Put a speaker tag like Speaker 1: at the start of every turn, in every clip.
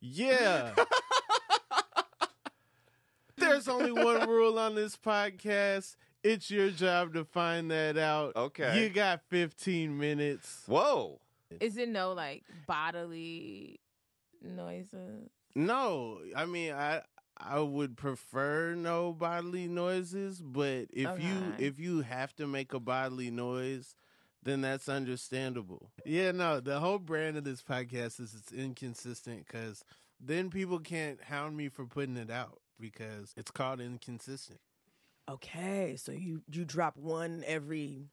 Speaker 1: Yeah. There's only one rule on this podcast. It's your job to find that out.
Speaker 2: Okay.
Speaker 1: You got 15 minutes.
Speaker 2: Whoa.
Speaker 3: Is it no like bodily noises?
Speaker 1: No, I mean I I would prefer no bodily noises, but if you
Speaker 3: Okay.
Speaker 1: if you have to make a bodily noise, then that's understandable. Yeah, no, the whole brand of this podcast is it's inconsistent cuz then people can't hound me for putting it out because it's called inconsistent.
Speaker 4: Okay, so you you drop one every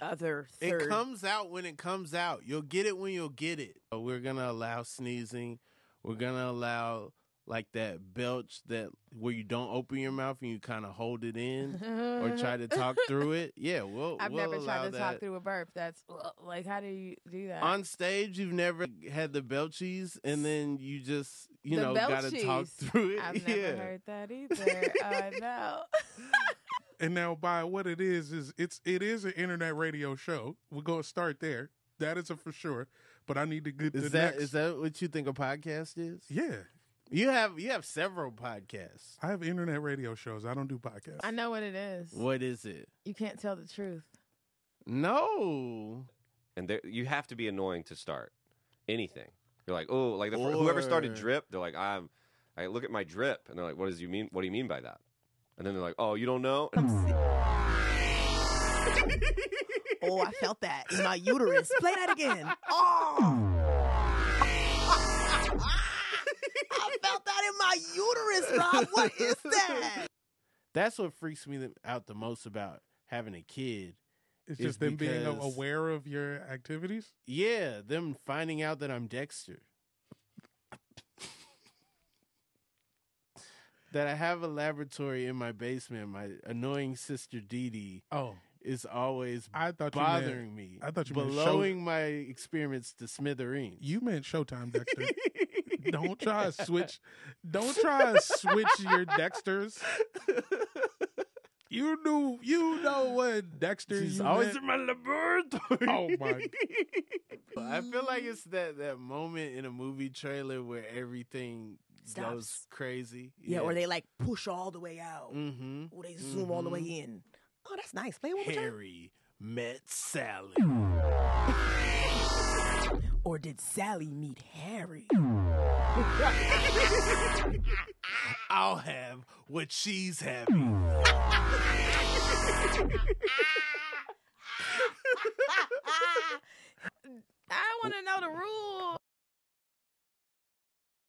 Speaker 4: other third.
Speaker 1: It comes out when it comes out. You'll get it when you'll get it. Uh, We're gonna allow sneezing. We're gonna allow like that belch that where you don't open your mouth and you kind of hold it in or try to talk through it. Yeah, we'll.
Speaker 3: I've
Speaker 1: we'll
Speaker 3: never
Speaker 1: allow
Speaker 3: tried to
Speaker 1: that.
Speaker 3: talk through a burp. That's like, how do you do that?
Speaker 1: On stage, you've never had the belchies, and then you just you
Speaker 3: The
Speaker 1: know got to talk
Speaker 3: belchies.
Speaker 1: through it.
Speaker 3: I've
Speaker 1: yeah.
Speaker 3: never heard that either. uh, no.
Speaker 5: And now, by what it is, is it's it is an internet radio show. We're gonna start there. That is a for sure. But I need to get the
Speaker 1: Is that
Speaker 5: next.
Speaker 1: is that what you think a podcast is?
Speaker 5: yeah,
Speaker 1: You have you have several podcasts.
Speaker 5: I have internet radio shows. I don't do podcasts.
Speaker 3: I know what it is.
Speaker 1: What is it?
Speaker 3: You can't tell the truth.
Speaker 1: No.
Speaker 2: And there, you have to be annoying to start anything. You're like, oh, like the fir- whoever started
Speaker 1: Or-
Speaker 2: drip, they're like, I'm. I look at my drip, and they're like, what does you mean? What do you mean by that? And then they're like, oh, you don't know.
Speaker 4: Oh, I felt that in my uterus. Play that again. Oh. I felt that in my uterus, Rob. What is that?
Speaker 1: that's what freaks me th- out the most about having a kid.
Speaker 5: it's
Speaker 1: is
Speaker 5: just them being a-
Speaker 1: because-
Speaker 5: aware of your activities.
Speaker 1: Yeah, them finding out that I'm Dexter. that I have a laboratory in my basement. My annoying sister Dee Dee
Speaker 5: Oh,
Speaker 1: is always
Speaker 5: I thought you meant-
Speaker 1: bothering me.
Speaker 5: I thought you meant show-
Speaker 1: blowing my experiments to smithereens.
Speaker 5: You meant Showtime Dexter. don't try to switch. Don't try to switch your Dexters. You knew. You know what Dexter.
Speaker 1: She's
Speaker 5: you
Speaker 1: always in
Speaker 5: meant.
Speaker 1: my laboratory.
Speaker 5: Oh my!
Speaker 1: I feel
Speaker 4: Mm.
Speaker 1: like it's that that moment in a movie trailer where everything
Speaker 4: Stops.
Speaker 1: goes crazy.
Speaker 4: Yeah, or they like push all the way out.
Speaker 1: Mm-hmm.
Speaker 4: Or they zoom all the way in. Oh, that's nice. Play it one more time.
Speaker 1: Harry met Sally.
Speaker 4: Or did Sally meet Harry?
Speaker 1: I'll have what she's having.
Speaker 3: I want to Ah! know the rule.